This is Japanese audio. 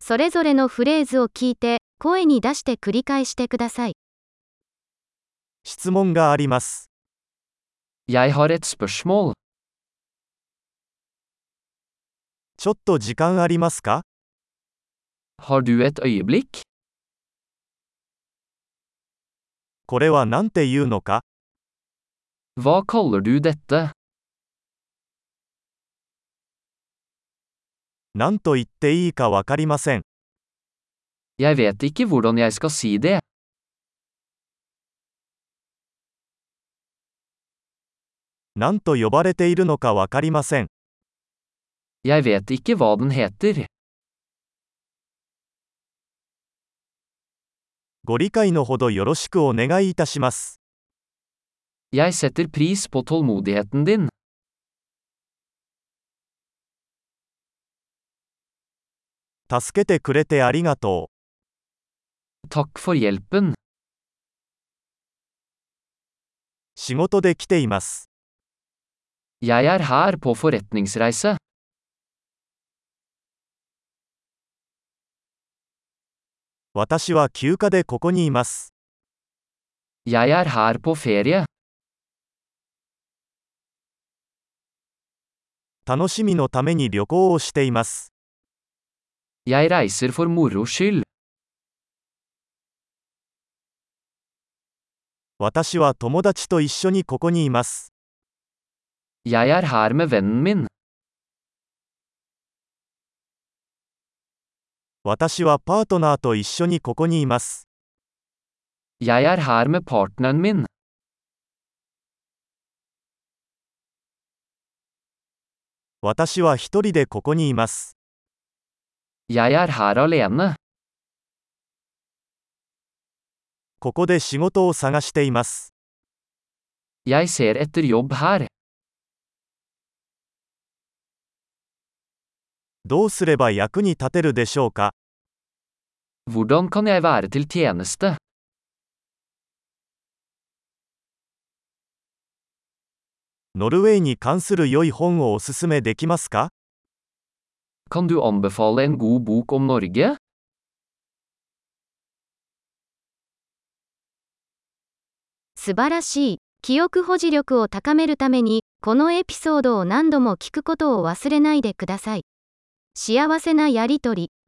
それぞれのフレーズを聞いて、声に出して繰り返してください。質問があります。 Jeg har et spørsmål. ちょっと時間ありますか Har du et øyeblikk? これは何て言うのか Hva kaller du dette? 何と言っていいかわかりません。 Jeg vet ikke hvordan jeg skal si det. 何と呼ばれているのかわかりません。 Jeg vet ikke hva den heter. ご理解のほどよろしくお願いいたします。 Jeg setter pris på tålmodigheten din. 助けてくれてありがとう。 Takk for hjelpen. 仕事で来ています。 Jeg er her på forretningsreise. 私は休暇でここにいます。 Jeg er her på ferie. 楽しみのために旅行をしています。 Jeg reiser for moro skyld. 私は友達と一緒にここにいます。 Jeg er her med vennen min. 私はパートナーと一緒にここにいます。 Jeg er her med partneren min. 私は一人でここにいます。 Jeg er her alene. ここで仕事を探しています。 Jeg ser etter jobb her. どうすれば役に立てるでしょうか Hvordan kan jeg være til tjeneste? ノルウェーに関する良い本をおすすめできますか Kan du anbefale en god bok om Norge? 素晴らしい。記憶保持力を高めるために、このエピソードを何度も聞くことを忘れないでください。幸せなやりとり。